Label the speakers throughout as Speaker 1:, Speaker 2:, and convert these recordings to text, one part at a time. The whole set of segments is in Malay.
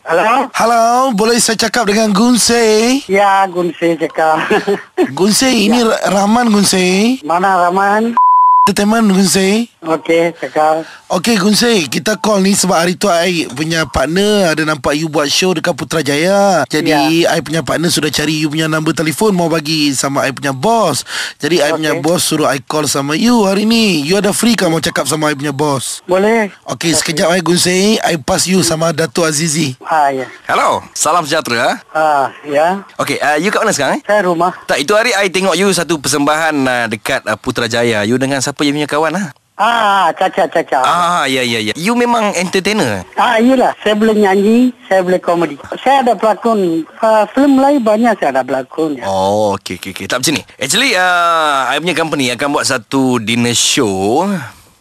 Speaker 1: Hello?
Speaker 2: Hello, boleh saya cakap dengan Gunsei?
Speaker 1: Ya, Gun saya cakap.
Speaker 2: Gunsei, ini Ra- Rahman Gunsei.
Speaker 1: Mana Rahman?
Speaker 2: Entertainment Gunsei.
Speaker 1: Okey, cakap.
Speaker 2: Okey Gunsei, kita call ni sebab hari tu I punya partner ada nampak you buat show dekat Putrajaya. Jadi yeah. I punya partner sudah cari you punya number telefon mau bagi sama I punya boss. Jadi I punya
Speaker 1: Okey.
Speaker 2: boss suruh I call sama you hari ni. You ada free ke mau cakap sama I punya boss?
Speaker 1: Boleh?
Speaker 2: Okey, sekejap I Gunsei, I pass you sama Dato Azizi.
Speaker 1: Ha, ya.
Speaker 3: Hello, salam sejahtera.
Speaker 1: Ha, ya.
Speaker 3: Okey, uh, you kat mana sekarang eh?
Speaker 1: Saya rumah.
Speaker 3: Tak, itu hari I tengok you satu persembahan uh, dekat uh, Putrajaya. You dengan siapa you punya kawan ah?
Speaker 1: Ah, caca, caca. Ah.
Speaker 3: Ah, ya ya ya. You memang entertainer. eh?
Speaker 1: Ah, iyalah. Saya boleh nyanyi, saya boleh komedi. Saya ada pelakon. Uh, film lain banyak saya ada pelakon. Ya.
Speaker 3: Oh, okey okey okey. Tak macam ni. Actually, uh, I punya company akan buat satu dinner show.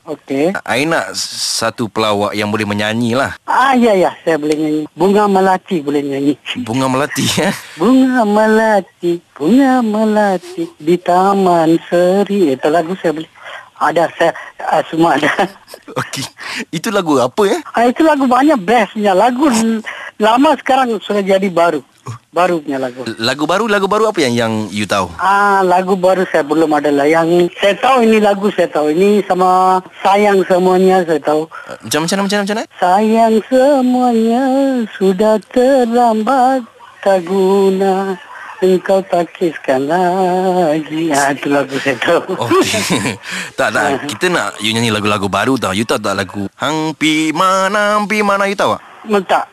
Speaker 1: Okey.
Speaker 3: I nak satu pelawak yang boleh menyanyi lah.
Speaker 1: Ah, ya, ya. Saya boleh nyanyi. Bunga Melati boleh nyanyi.
Speaker 3: Bunga Melati eh.
Speaker 1: Bunga melati, bunga melati di taman seri. Itu lagu saya beli. Ada saya uh, semua ada.
Speaker 3: Okey. Itu lagu apa ya? Eh?
Speaker 1: Ah, itu lagu banyak bestnya. Lagu l- lama sekarang sudah jadi baru. Baru punya lagu.
Speaker 3: Lagu baru, lagu baru apa yang yang you tahu?
Speaker 1: Ah, lagu baru saya belum ada lah. Yang saya tahu ini lagu saya tahu. Ini sama sayang semuanya saya tahu.
Speaker 3: Uh, Macam macam mana, macam mana, macam mana?
Speaker 1: Sayang semuanya sudah terlambat tak guna engkau takiskan lagi. Ah, itu lagu saya tahu.
Speaker 3: Oh, tak tak. Kita nak you nyanyi lagu-lagu baru tau. You tahu tak lagu Hang pi mana pi mana you tahu tak?
Speaker 1: Oh. Tak,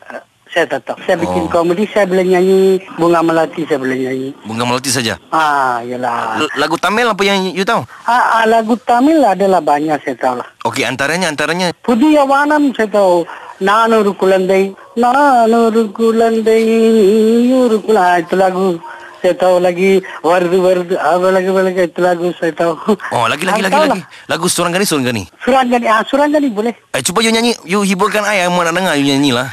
Speaker 1: saya tak tahu. Saya bikin
Speaker 3: Oh.
Speaker 1: komedi, saya boleh nyanyi. Bunga Melati saya boleh nyanyi.
Speaker 3: Bunga Melati saja.
Speaker 1: Ah, yalah.
Speaker 3: L- Lagu Tamil apa yang you tahu?
Speaker 1: Ah, ah, lagu Tamil adalah banyak saya tahu lah.
Speaker 3: Okey, antaranya antaranya
Speaker 1: புதிய வானம் செய்தோ நானூறு குழந்தை நானூறு குழந்தை நீயூறு குழந்தை lagu setahun lagi வருது வருது அவளுக்கு அவளுக்கு itu lagu setahun
Speaker 3: Oh, lagi lagi lagi
Speaker 1: lah.
Speaker 3: lagi. Lagu Seorang Gani Seorang Gani.
Speaker 1: surangani ah surangani boleh
Speaker 3: Eh, cuba you nyanyi, you hiburkan I, I mau nak dengar you nyanyi lah.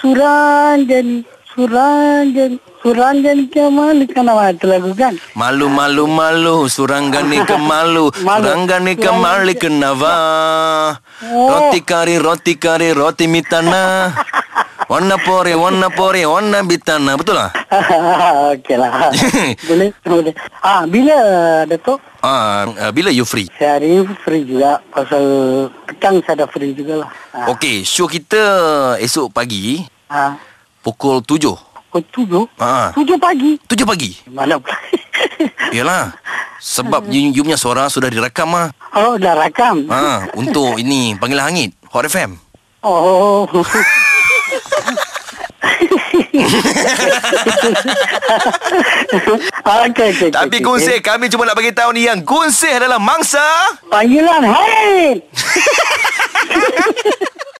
Speaker 1: surangani surangani surangani kemal kenapa itu lagu kan
Speaker 3: Malu malu malu Suranggani ke malu Suranggani ke mali ke nava
Speaker 1: Oh.
Speaker 3: Roti kari roti kari roti mitana Wana pore wana pore wana bitana Betul lah?
Speaker 1: okey lah boleh boleh ah bila datuk
Speaker 3: Ah, uh, bila you free?
Speaker 1: saya hari free juga pasal petang saya ada free juga lah ah.
Speaker 3: Okey, show kita esok pagi
Speaker 1: ah.
Speaker 3: pukul 7.
Speaker 1: Pukul tujuh?
Speaker 3: Ha.
Speaker 1: Tujuh pagi?
Speaker 3: 7 pagi.
Speaker 1: Mana pula?
Speaker 3: Yalah. Sebab you, you punya suara sudah direkam ah.
Speaker 1: oh, dah rakam?
Speaker 3: Ha, untuk ini panggilan hangit Hot FM.
Speaker 1: Oh. okay, okay,
Speaker 3: Tapi Gunsih, kami cuma nak bagi tahu ni yang Gunsih adalah mangsa
Speaker 1: Panggilan Haid